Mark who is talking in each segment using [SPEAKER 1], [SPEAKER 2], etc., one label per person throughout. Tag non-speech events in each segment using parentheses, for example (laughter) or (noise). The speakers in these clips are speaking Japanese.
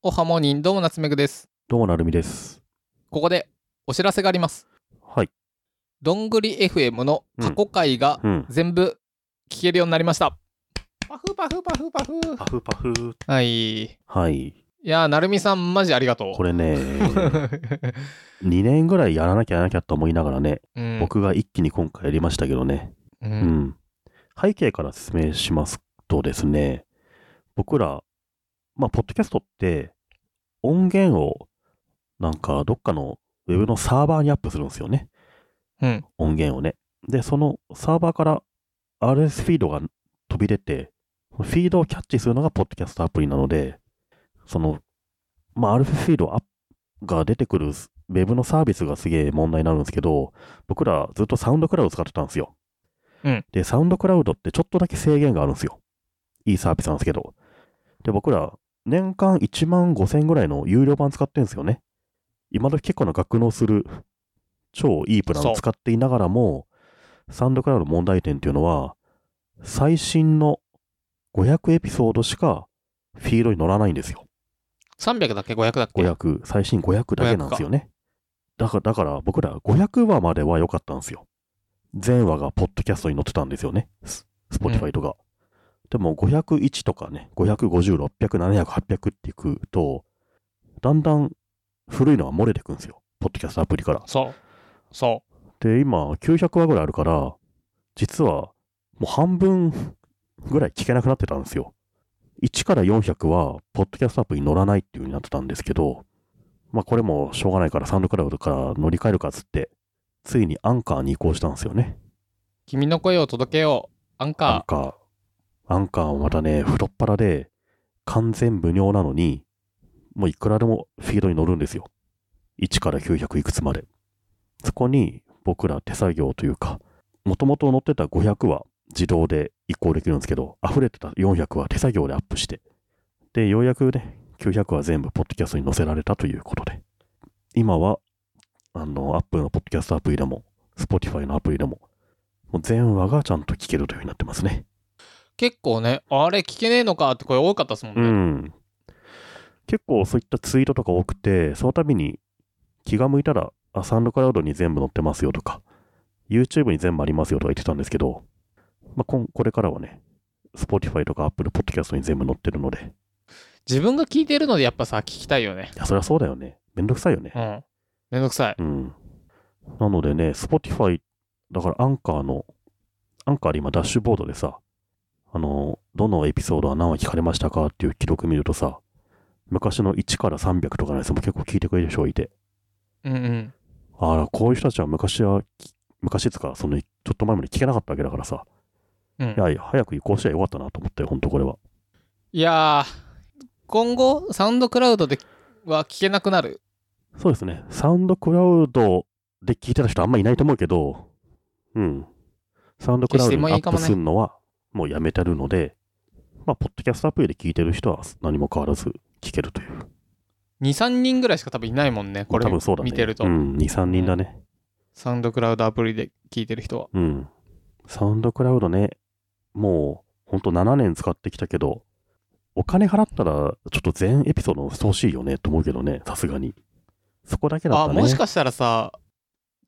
[SPEAKER 1] おはモーニンどうも夏目ぐです。
[SPEAKER 2] どうもなるみです。
[SPEAKER 1] ここでお知らせがあります。
[SPEAKER 2] はい。
[SPEAKER 1] どんぐり FM の過去回が
[SPEAKER 2] うん。
[SPEAKER 1] 全部聞けるようになりました。パフパフパフパフ。
[SPEAKER 2] パフパフ。
[SPEAKER 1] はい。い
[SPEAKER 2] はい。
[SPEAKER 1] やー、なるみさんマジありがとう。
[SPEAKER 2] これね、2年ぐらいやらなきゃやらなきゃと思いながらね、
[SPEAKER 1] (laughs) うん、
[SPEAKER 2] 僕が一気に今回やりましたけどね。
[SPEAKER 1] う。
[SPEAKER 2] うんん。背景から説明しますとですね、僕ら、まあ、ポッドキャストって、音源を、なんか、どっかのウェブのサーバーにアップするんですよね。
[SPEAKER 1] うん。
[SPEAKER 2] 音源をね。で、そのサーバーから RS フィードが飛び出て、フィードをキャッチするのがポッドキャストアプリなので、その、まあ、RS フィードアップが出てくるウェブのサービスがすげえ問題になるんですけど、僕らずっとサウンドクラウド使ってたんですよ。
[SPEAKER 1] うん
[SPEAKER 2] で、サウンドクラウドってちょっとだけ制限があるんですよ。いいサービスなんですけど。で、僕ら年間1万5千ぐらいの有料版使ってるんですよね。今時結構な格納する超いいプラン
[SPEAKER 1] そう
[SPEAKER 2] を使っていながらも、サウンドクラウドの問題点っていうのは、最新の500エピソードしかフィードに乗らないんですよ。
[SPEAKER 1] 300だっけ ?500 だっけ
[SPEAKER 2] 500、最新500だけなんですよね。だから、だから僕ら500話までは良かったんですよ。全話がポッドキャストに載ってたんですよね。ススポティファイとか。でも501とかね、550、600、700、800っていくと、だんだん古いのが漏れてくんですよ。ポッドキャストアプリから。
[SPEAKER 1] そう。そ
[SPEAKER 2] で、今900話ぐらいあるから、実はもう半分ぐらい聞けなくなってたんですよ。1から400は、ポッドキャストアプリに乗らないっていう風になってたんですけど、まあこれもしょうがないから、サウンドクラウドから乗り換えるかっつって、ついにアンカーに移行したんですよね。
[SPEAKER 1] う。君の声を届けよう。アン
[SPEAKER 2] アン
[SPEAKER 1] カ
[SPEAKER 2] カー。アンカーもまたね、太っ腹で、完全無料なのに、もういくらでもフィードに乗るんですよ。1から900いくつまで。そこに僕ら手作業というか、もともと乗ってた500は自動で移行できるんですけど、溢れてた400は手作業でアップして、で、ようやくね、900は全部ポッドキャストに載せられたということで、今は、あの、Apple のポッドキャストアプリでも、Spotify のアプリでも、もう全話がちゃんと聞けるというふうになってますね。
[SPEAKER 1] ー。結構ね、あれ聞けねえのかって声多かったですもん
[SPEAKER 2] う
[SPEAKER 1] ね。
[SPEAKER 2] ん。結構そういったツイートとか多くて、その度に気が向いたら、あ、サウンドクラウドに全部載ってますよとか、YouTube に全部ありますよとか言ってたんですけど、まあ、こんこれからはね、Spotify とか Apple Podcast に全部載ってるので、
[SPEAKER 1] 自分が聞いてるのでやっぱさ、聞きたいよね。
[SPEAKER 2] いや、そりゃそうだよね。めんどくさいよね
[SPEAKER 1] う。ん。めんどくさい。
[SPEAKER 2] うん。なのでね、Spotify、だからアンカーの、アンカーで今ダッシュボードでさ、あの、どのエピソードは何話聞かれましたかっていう記録見るとさ、昔の1から300とかのやつも結構聞いてくれる人がいて、
[SPEAKER 1] うんうん。
[SPEAKER 2] あら、こういう人たちは昔は、き昔っつうか、その、ちょっと前まで聞けなかったわけだからさ、
[SPEAKER 1] うん
[SPEAKER 2] いや、いや早く移行したらよかったなと思ったよ、ほんとこれは。
[SPEAKER 1] いやー、今後、サウンドクラウドでは聞けなくなる。
[SPEAKER 2] そうですね。サウンドクラウドで聞いてた人あんまいないと思うけど、うん。サウンドクラウドにアップするのはもうやめてるので、まあ、ポッドキャストアプリで聞いてる人は何も変わらず聞けるという。
[SPEAKER 1] 2、3人ぐらいしか多分いないもんね、これ
[SPEAKER 2] 多分そうだね。
[SPEAKER 1] 見てると。
[SPEAKER 2] うん、2、3人だね。
[SPEAKER 1] サウンドクラウドアプリで聞いてる人は。
[SPEAKER 2] うん。サウンドクラウドね、もう、ほんと7年使ってきたけど、お金払ったら、ちょっと全エピソード載せてほしいよね、と思うけどね、さすがに。そこだけだっ
[SPEAKER 1] あ、
[SPEAKER 2] たね。
[SPEAKER 1] もしかしたらさ、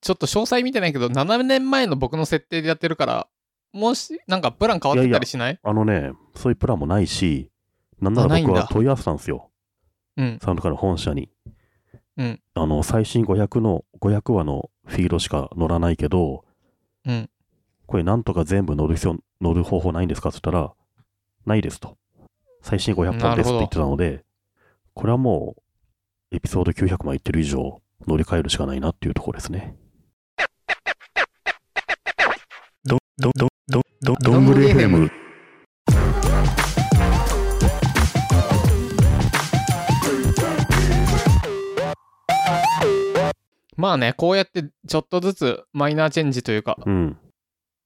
[SPEAKER 1] ちょっと詳細見てないけど、7年前の僕の設定でやってるから、もし、なんかプラン変わってたりしない
[SPEAKER 2] あのね、そういうプランもないし、なんな
[SPEAKER 1] あ
[SPEAKER 2] ら
[SPEAKER 1] ないん
[SPEAKER 2] 僕
[SPEAKER 1] だ
[SPEAKER 2] は問い合わせたんですよ。
[SPEAKER 1] うん
[SPEAKER 2] サウンドから本社に。
[SPEAKER 1] うん
[SPEAKER 2] あの、最新500の、500話のフィードしか乗らないけど、
[SPEAKER 1] うん
[SPEAKER 2] これなんとか全部乗る必要、乗る方法ないんですかって言ったら、ないですと。最新500
[SPEAKER 1] なる
[SPEAKER 2] 本
[SPEAKER 1] ほど
[SPEAKER 2] ですって言ってたので、これはもう、エピソード900までいってる以上、乗り換えるしかないなっていうところですね。ど、ど、ど、ど、ど、
[SPEAKER 1] どんぐり FM。まあね、こうやってちょっとずつマイナーチェンジというか、
[SPEAKER 2] うん。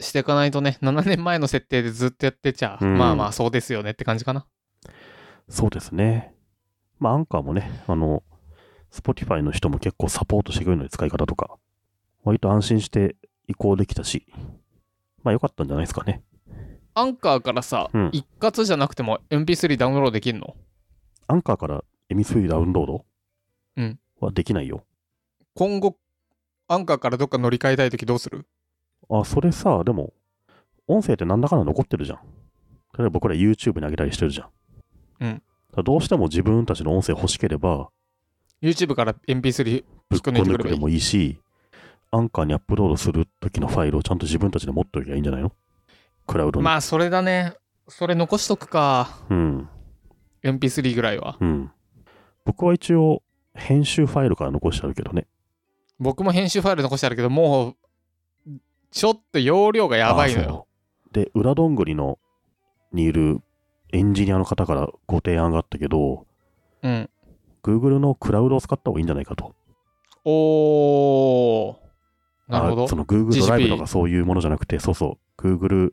[SPEAKER 1] していかないとね、7年前の設定でずっとやってちゃ、
[SPEAKER 2] うん
[SPEAKER 1] まあまあそうですよねって感じかな。
[SPEAKER 2] そうですね。まあ、アンカーもね、あの、Spotify の人も結構サポートしてくれるので、使い方とか。割と安心して移行できたし、まあ、良かったんじゃないですかね。
[SPEAKER 1] アンカーからさ、
[SPEAKER 2] うん
[SPEAKER 1] 一括じゃなくても MP3 ダウンロードできるの
[SPEAKER 2] アンカーから M3 ダウンロード
[SPEAKER 1] うん
[SPEAKER 2] はできないよ。
[SPEAKER 1] 今後、アンカーからどっか乗り換えたいときどうする
[SPEAKER 2] あ、それさ、でも、音声ってなんだかんだ残ってるじゃん。例えば僕ら YouTube に上げたりしてるじゃん。
[SPEAKER 1] うん
[SPEAKER 2] だからどうしても自分たちの音声欲しければ、
[SPEAKER 1] ?YouTube から MP3
[SPEAKER 2] ぶっ
[SPEAKER 1] こ
[SPEAKER 2] こ
[SPEAKER 1] 抜いて
[SPEAKER 2] 抜
[SPEAKER 1] くればいい
[SPEAKER 2] くでもいいし、アンカーにアップロードするときのファイルをちゃんと自分たちで持っておけばいいんじゃないのクラウドに。
[SPEAKER 1] まあ、それだね。それ残しとくか。
[SPEAKER 2] うん、
[SPEAKER 1] MP3 ぐらいは。
[SPEAKER 2] うん。僕は一応、編集ファイルから残してあるけどね。
[SPEAKER 1] 僕も編集ファイル残してあるけど、もう、ちょっと容量がやばいの
[SPEAKER 2] あ
[SPEAKER 1] よ。
[SPEAKER 2] そうで、裏どんぐりのにいるエンジニアの方からご提案があったけど、
[SPEAKER 1] うん。
[SPEAKER 2] Google のクラウドを使った方がいいんじゃないかと。
[SPEAKER 1] おー。なるほ
[SPEAKER 2] あ
[SPEAKER 1] ど。
[SPEAKER 2] その Google ドラ
[SPEAKER 1] GCP
[SPEAKER 2] イブとかそういうものじゃなくて、そうそう、Google、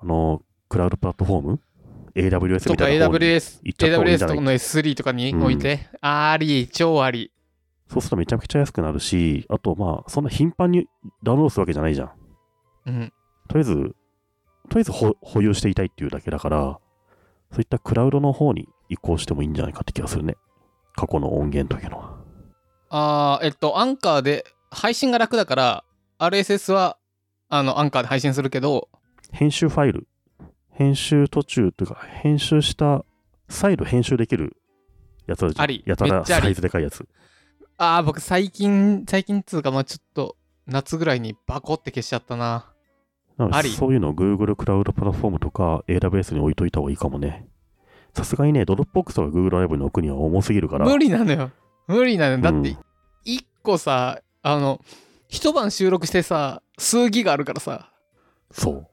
[SPEAKER 2] あの、クラウドプラットフォーム ?AWS
[SPEAKER 1] と
[SPEAKER 2] み
[SPEAKER 1] か
[SPEAKER 2] たいな方に
[SPEAKER 1] AWS、
[SPEAKER 2] 行っちゃった方がいいんじ
[SPEAKER 1] AWS
[SPEAKER 2] ゃな
[SPEAKER 1] と
[SPEAKER 2] い
[SPEAKER 1] かの S3 とかに置いて、あり、超あり。
[SPEAKER 2] そうするとめちゃくちゃ安くなるし、あとまあ、そんな頻繁にダウンロードするわけじゃないじゃん。
[SPEAKER 1] うん。
[SPEAKER 2] とりあえず、とりあえず保保有していたいっていうだけだから、そういったクラウドの方に移行してもいいんじゃないかって気がするね。過去の音源というのは。
[SPEAKER 1] あーえっと、アンカーで配信が楽だから、RSS はあのアンカーで配信するけど、
[SPEAKER 2] 編集ファイル、編集途中というか、編集した、再度編集できるやつあるじゃん
[SPEAKER 1] あり
[SPEAKER 2] やた
[SPEAKER 1] めっ
[SPEAKER 2] ら
[SPEAKER 1] ちゃあり
[SPEAKER 2] サイズでかいやつ。
[SPEAKER 1] ああ、僕最近、最近っつうか、まあちょっと夏ぐらいにバコって消しちゃったな。
[SPEAKER 2] なの
[SPEAKER 1] あ
[SPEAKER 2] で
[SPEAKER 1] り
[SPEAKER 2] そういうのを Google クラウドプラットフォームとか AWS に置いといた方がいいかもね。さすがにね、ドロップボックスとか Google ドライブに置くには重すぎるから。
[SPEAKER 1] 無理なのよ。無理なのよ。だっ
[SPEAKER 2] う
[SPEAKER 1] て、一個さ、あの、一晩収録してさ、数ギガあるからさ、
[SPEAKER 2] そう。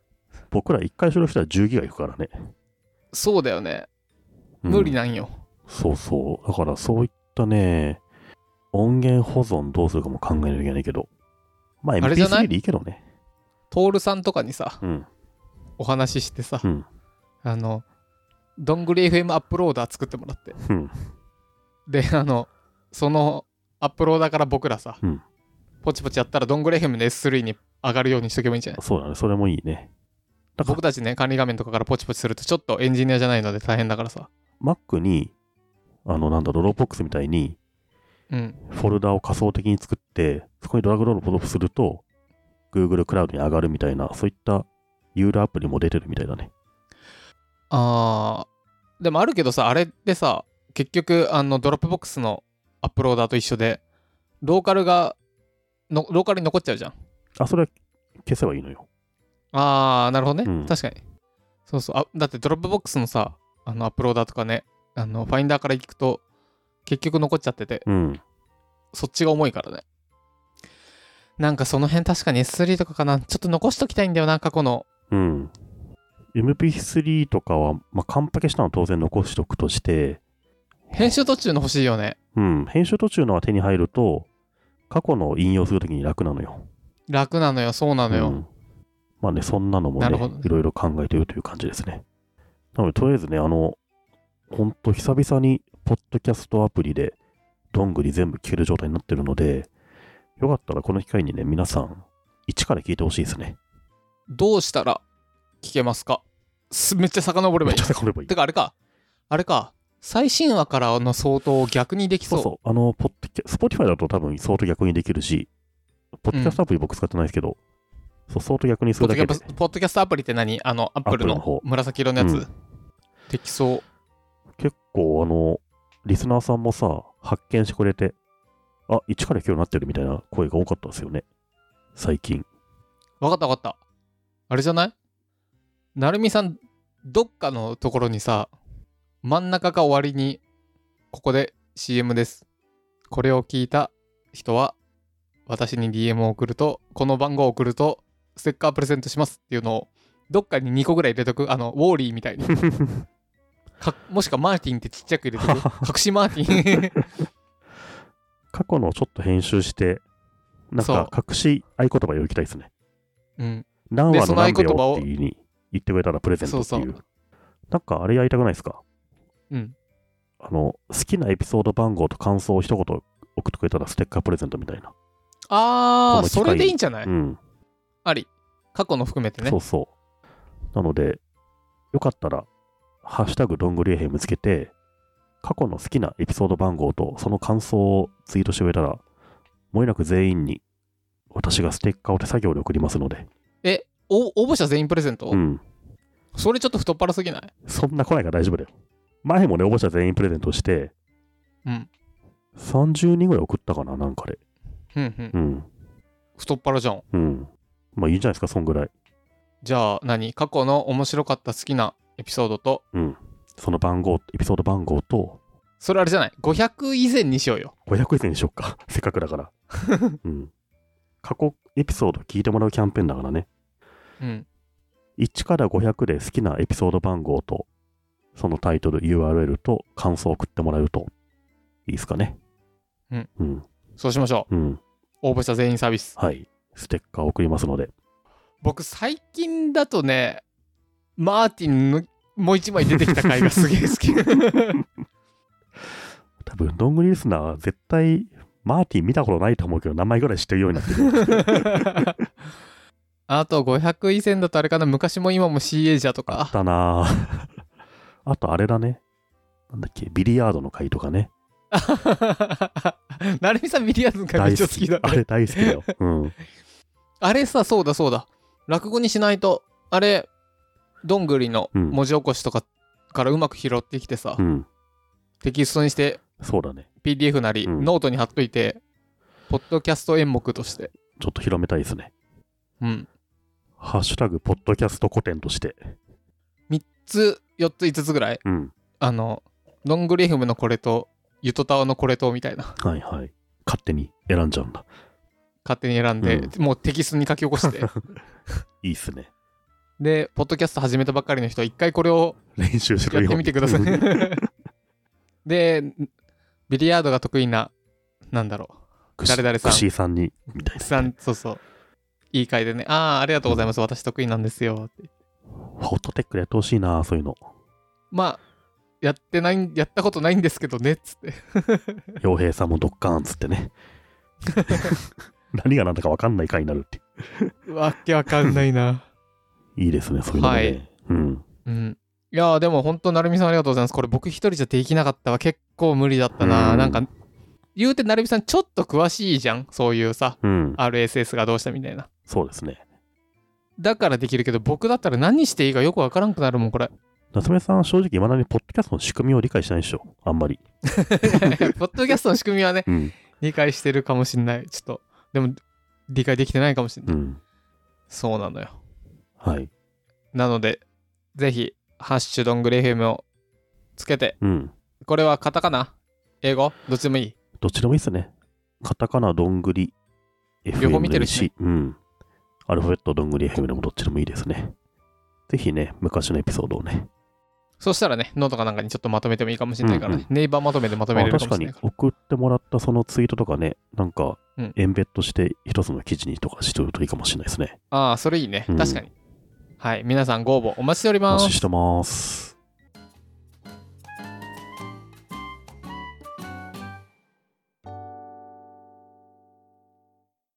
[SPEAKER 2] 僕ら1回収録したら10ギガいくからね。
[SPEAKER 1] そうだよね。
[SPEAKER 2] うん
[SPEAKER 1] 無理なんよ。
[SPEAKER 2] そうそう。だからそういったね、音源保存どうするかも考えなきゃいけないけど。まあ
[SPEAKER 1] あれじゃない
[SPEAKER 2] MP3 でいいけどね。
[SPEAKER 1] トールさんとかにさ、
[SPEAKER 2] うん。
[SPEAKER 1] お話ししてさ、
[SPEAKER 2] うん
[SPEAKER 1] あの、どんぐり FM アップローダー作ってもらって。
[SPEAKER 2] うん。
[SPEAKER 1] で、あの、そのアップローダーから僕らさ、
[SPEAKER 2] うん
[SPEAKER 1] ポチポチやったら、どんぐり FM の S3 に上がるようにしとけばいいんじゃない
[SPEAKER 2] そうだね。それもいいね。だか
[SPEAKER 1] 僕
[SPEAKER 2] ら
[SPEAKER 1] たちね、管理画面とかからポチポチすると、ちょっとエンジニアじゃないので大変だからさ。
[SPEAKER 2] Mac に、あの、なんだろう、ローボックスみたいに、
[SPEAKER 1] うん。
[SPEAKER 2] フォルダを仮想的に作って、そこにドラッグロールポロップすると、Google クラウドに上がるみたいな、そういったユーロアプリも出てるみたいだね。
[SPEAKER 1] あー、でもあるけどさ、あれってさ、結局、あの、ドロップボックスのアップローダーと一緒で、ローカルがの、ローカルに残っちゃうじゃん。
[SPEAKER 2] あ、それは消せばいいのよ。
[SPEAKER 1] あー、なるほどね。
[SPEAKER 2] うん
[SPEAKER 1] 確かに。そうそう。あだって、ドロップボックスのさ、あの、アップローダーとかね、あの、ファインダーから行くと、結局残っちゃってて、
[SPEAKER 2] うん。
[SPEAKER 1] そっちが重いからね。なんかその辺確かに S3 とかかな。ちょっと残しときたいんだよな、過去の。
[SPEAKER 2] うん。MP3 とかは、まあ、カンパケしたのは当然残しておくとして、
[SPEAKER 1] 編集途中の欲しいよね。
[SPEAKER 2] うん、編集途中のは手に入ると、過去のを引用するときに楽なのよ。
[SPEAKER 1] 楽なのよ、そうなのよ。
[SPEAKER 2] うんまあね、そんなのも
[SPEAKER 1] な
[SPEAKER 2] ね
[SPEAKER 1] るほどね
[SPEAKER 2] いろいろ考えてるという感じですね。なので、とりあえずね、あの、ほんと久々に、ポッドキャストアプリで、どんぐり全部聞ける状態になってるので、よかったらこの機会にね、皆さん、一から聞いてほしいですね。
[SPEAKER 1] どうしたら聞けますかすめっちゃ遡ればいい
[SPEAKER 2] めっ (laughs) ち。ゃ遡ればいい
[SPEAKER 1] て。かあれか、あれか、最新話からの相当を逆にできそ。
[SPEAKER 2] そううそう、あの、ポッドキャスト、Spotify だと多分相当逆にできるし、ポッドキャストアプリ僕使ってないですけど、そう相当逆にす
[SPEAKER 1] ポ
[SPEAKER 2] る
[SPEAKER 1] ッド
[SPEAKER 2] だ
[SPEAKER 1] キャ
[SPEAKER 2] け
[SPEAKER 1] パ
[SPEAKER 2] で
[SPEAKER 1] ス、ポッドキャストアプリって何あの、アップル
[SPEAKER 2] Apple の
[SPEAKER 1] の
[SPEAKER 2] 方
[SPEAKER 1] 紫色のやつ。
[SPEAKER 2] うん
[SPEAKER 1] できそう。
[SPEAKER 2] 結構あの、リスナーさんもさ、発見してくれて、あ、一から今日なってるみたいな声が多かったですよね。最近。
[SPEAKER 1] わかったわかった。あれじゃないなるみさん、どっかのところにさ、真ん中か終わりに、ここで CM です。これを聞いた人は、私に DM を送ると、この番号を送ると、ステッカープレゼントしますっていうのを、どっかに2個ぐらい入れとく。あの、ウォーリーみ
[SPEAKER 2] (laughs)
[SPEAKER 1] たいに。かもしくはマーティンってちっちゃく入れとく。
[SPEAKER 2] (laughs)
[SPEAKER 1] 隠しマーティン。
[SPEAKER 2] 過去のをちょっと編集して、なん
[SPEAKER 1] そう
[SPEAKER 2] か隠し合言葉をいきたいですね。
[SPEAKER 1] うん。
[SPEAKER 2] 何話
[SPEAKER 1] そ
[SPEAKER 2] の
[SPEAKER 1] の合
[SPEAKER 2] 何
[SPEAKER 1] 言葉
[SPEAKER 2] 秒
[SPEAKER 1] を
[SPEAKER 2] っていうに言ってくれたらプレゼントっていう。
[SPEAKER 1] そう
[SPEAKER 2] なんかあれやりたくないですか
[SPEAKER 1] うん。
[SPEAKER 2] あの、好きなエピソード番号と感想を一言送ってくれたらステッカープレゼントみたいな。
[SPEAKER 1] あ
[SPEAKER 2] こ
[SPEAKER 1] ー、
[SPEAKER 2] の機
[SPEAKER 1] そ
[SPEAKER 2] 会
[SPEAKER 1] れでいいんじゃない、
[SPEAKER 2] うん。
[SPEAKER 1] あり。過去の含めてね
[SPEAKER 2] そ。うそう。なので、よかったら、ハッシュタグどんぐり FM つけて、過去の好きなエピソード番号とその感想をツイートしてくれたら、もれなく全員に私がステッカーを手作業で送りますので、
[SPEAKER 1] え、お応募者全員プレゼント、
[SPEAKER 2] うん。
[SPEAKER 1] それちょっと太っ腹すぎない
[SPEAKER 2] そんな来ないから大丈夫だよ。前もね、応募者全員プレゼントして、
[SPEAKER 1] うん。
[SPEAKER 2] 30人ぐらい送ったかな、なんかで。
[SPEAKER 1] うんうん
[SPEAKER 2] う。ん。
[SPEAKER 1] 太っ腹じゃん。
[SPEAKER 2] うん。まあいいじゃないですか、そんぐらい。
[SPEAKER 1] じゃあ何過去の面白かった好きなエピソードと、
[SPEAKER 2] その番号、エピソード番号と、
[SPEAKER 1] それあれじゃない ?500 以前にしようよ。
[SPEAKER 2] 500円にしよっか。 (laughs) せっかくだ
[SPEAKER 1] (laughs)
[SPEAKER 2] から。うん。過去エピソード聞いてもらうキャンペーンだからね。
[SPEAKER 1] うん。
[SPEAKER 2] 1から500で好きなエピソード番号と、そのタイトル、URL と感想を送ってもらえると、いいですかね。
[SPEAKER 1] うん。
[SPEAKER 2] うん。
[SPEAKER 1] そうしましょ
[SPEAKER 2] うん。
[SPEAKER 1] う。応募者全員サービス。
[SPEAKER 2] はい。ステッカーを送りますので。
[SPEAKER 1] 僕最近だとね、マーティンのもう一枚出てきた回がすげえ好 (laughs) き。
[SPEAKER 2] 多分、どんぐりリスナーは絶対、マーティン見たことないと思うけど、名前ぐらい知ってるように
[SPEAKER 1] (laughs)
[SPEAKER 2] なってる。
[SPEAKER 1] あと500以前だとあれかな昔も今も CA じゃと
[SPEAKER 2] あっ
[SPEAKER 1] (laughs) か。
[SPEAKER 2] たなぁあと、あれだね。なんだっけ、ビリヤードの回とかね。
[SPEAKER 1] なるみさんビリヤードの回めっちゃ好きだね
[SPEAKER 2] あれ大好きだよ。うん。
[SPEAKER 1] あれさ、そうだそうだ。落語にしないと、あれ、どんぐりの
[SPEAKER 2] うん
[SPEAKER 1] 文字起こしとかからうまく拾ってきてさ、
[SPEAKER 2] うん。
[SPEAKER 1] テキストにして、
[SPEAKER 2] そうだね。
[SPEAKER 1] PDF なり、
[SPEAKER 2] うん
[SPEAKER 1] ノートに貼っといて、ポッドキャスト演目として。
[SPEAKER 2] ちょっと広めたいですね。
[SPEAKER 1] うん。
[SPEAKER 2] ハッシュタグ、ポッドキャスト古典として。
[SPEAKER 1] つ、4つ、5つぐらい、
[SPEAKER 2] うん。
[SPEAKER 1] あの、どんぐり FM のこれと、ゆとたわのこれと、みたいな。 (laughs)
[SPEAKER 2] はいはい。勝手に選んじゃうんだ。
[SPEAKER 1] 勝手に選んで、
[SPEAKER 2] う
[SPEAKER 1] もうテキストに書き起こ
[SPEAKER 2] (laughs)
[SPEAKER 1] して。
[SPEAKER 2] いいっすね。
[SPEAKER 1] で、ポッドキャスト始めたばっかりの人は、一回これを
[SPEAKER 2] 練習す
[SPEAKER 1] や
[SPEAKER 2] る
[SPEAKER 1] っ
[SPEAKER 2] ように。。
[SPEAKER 1] てみてください
[SPEAKER 2] (laughs)
[SPEAKER 1] で、ビリヤードが得意な、なんだろう。
[SPEAKER 2] くし
[SPEAKER 1] (laughs) 誰々さん
[SPEAKER 2] くしーさんに、みたい
[SPEAKER 1] さ
[SPEAKER 2] な。
[SPEAKER 1] ん、そうそう。いい回でね、ああ、ありがとうございます。私得意なんですよ。って
[SPEAKER 2] ホットテックでやってほしいな、そういうの。
[SPEAKER 1] まあ、やってない、やったことないんですけどね、っつって。
[SPEAKER 2] 洋平さんもドッカーンつってね。何が何だか分かんない回になるって。
[SPEAKER 1] (laughs) わけわかんないな。
[SPEAKER 2] いいですね、そういうのもね。
[SPEAKER 1] はい
[SPEAKER 2] うん。
[SPEAKER 1] (laughs) うん。いやーでも本当、なるみさんありがとうございます。これ僕一人じゃできなかったわ。結構無理だった
[SPEAKER 2] う
[SPEAKER 1] な。
[SPEAKER 2] ん
[SPEAKER 1] なんか、言うてなるみさんちょっと詳しいじゃん。そういうさ、
[SPEAKER 2] うん。
[SPEAKER 1] RSS がどうしたみたいな。
[SPEAKER 2] そうですね。
[SPEAKER 1] だからできるけど、僕だったら何していいかよくわからんくなるもん、これ。 (laughs)
[SPEAKER 2] 夏目さん、正直、今だにポッドキャストの仕組みを理解してないでしょ。あんまり。
[SPEAKER 1] ポッドキャストの仕組みはね、
[SPEAKER 2] うん。
[SPEAKER 1] 理解してるかもしんない。ちょっと、でも、理解できてないかもしんな
[SPEAKER 2] う
[SPEAKER 1] い。
[SPEAKER 2] ん。
[SPEAKER 1] そうなのよ。
[SPEAKER 2] はい。
[SPEAKER 1] なので、ぜひ、ハッシュドングレ FM をつけて、
[SPEAKER 2] うん。
[SPEAKER 1] これはカタカナ英語どっちでもいい
[SPEAKER 2] どっちでもいいっすね。カタカナ、どんぐり、
[SPEAKER 1] 両方見てる
[SPEAKER 2] FM
[SPEAKER 1] しね
[SPEAKER 2] し、うん。アルファベット、どんぐり、FM でもどっちでもいいですね。ぜひね、昔のエピソードをね。
[SPEAKER 1] そしたらね、ノートかなんかにちょっとまとめてもいいかもしれないからね。ネイバーまとめでまとめれ
[SPEAKER 2] あ
[SPEAKER 1] るかも
[SPEAKER 2] 確か
[SPEAKER 1] しれ
[SPEAKER 2] に
[SPEAKER 1] ないから。
[SPEAKER 2] 送ってもらったそのツイートとかね、なんか
[SPEAKER 1] うん、
[SPEAKER 2] エンベッドして一つの記事にとかしておるといいかもしれないですね。
[SPEAKER 1] ああ、それいいね。
[SPEAKER 2] うん
[SPEAKER 1] 確かに。はい。皆さんご応募お待ちしており
[SPEAKER 2] お
[SPEAKER 1] ます
[SPEAKER 2] 待ち。してます。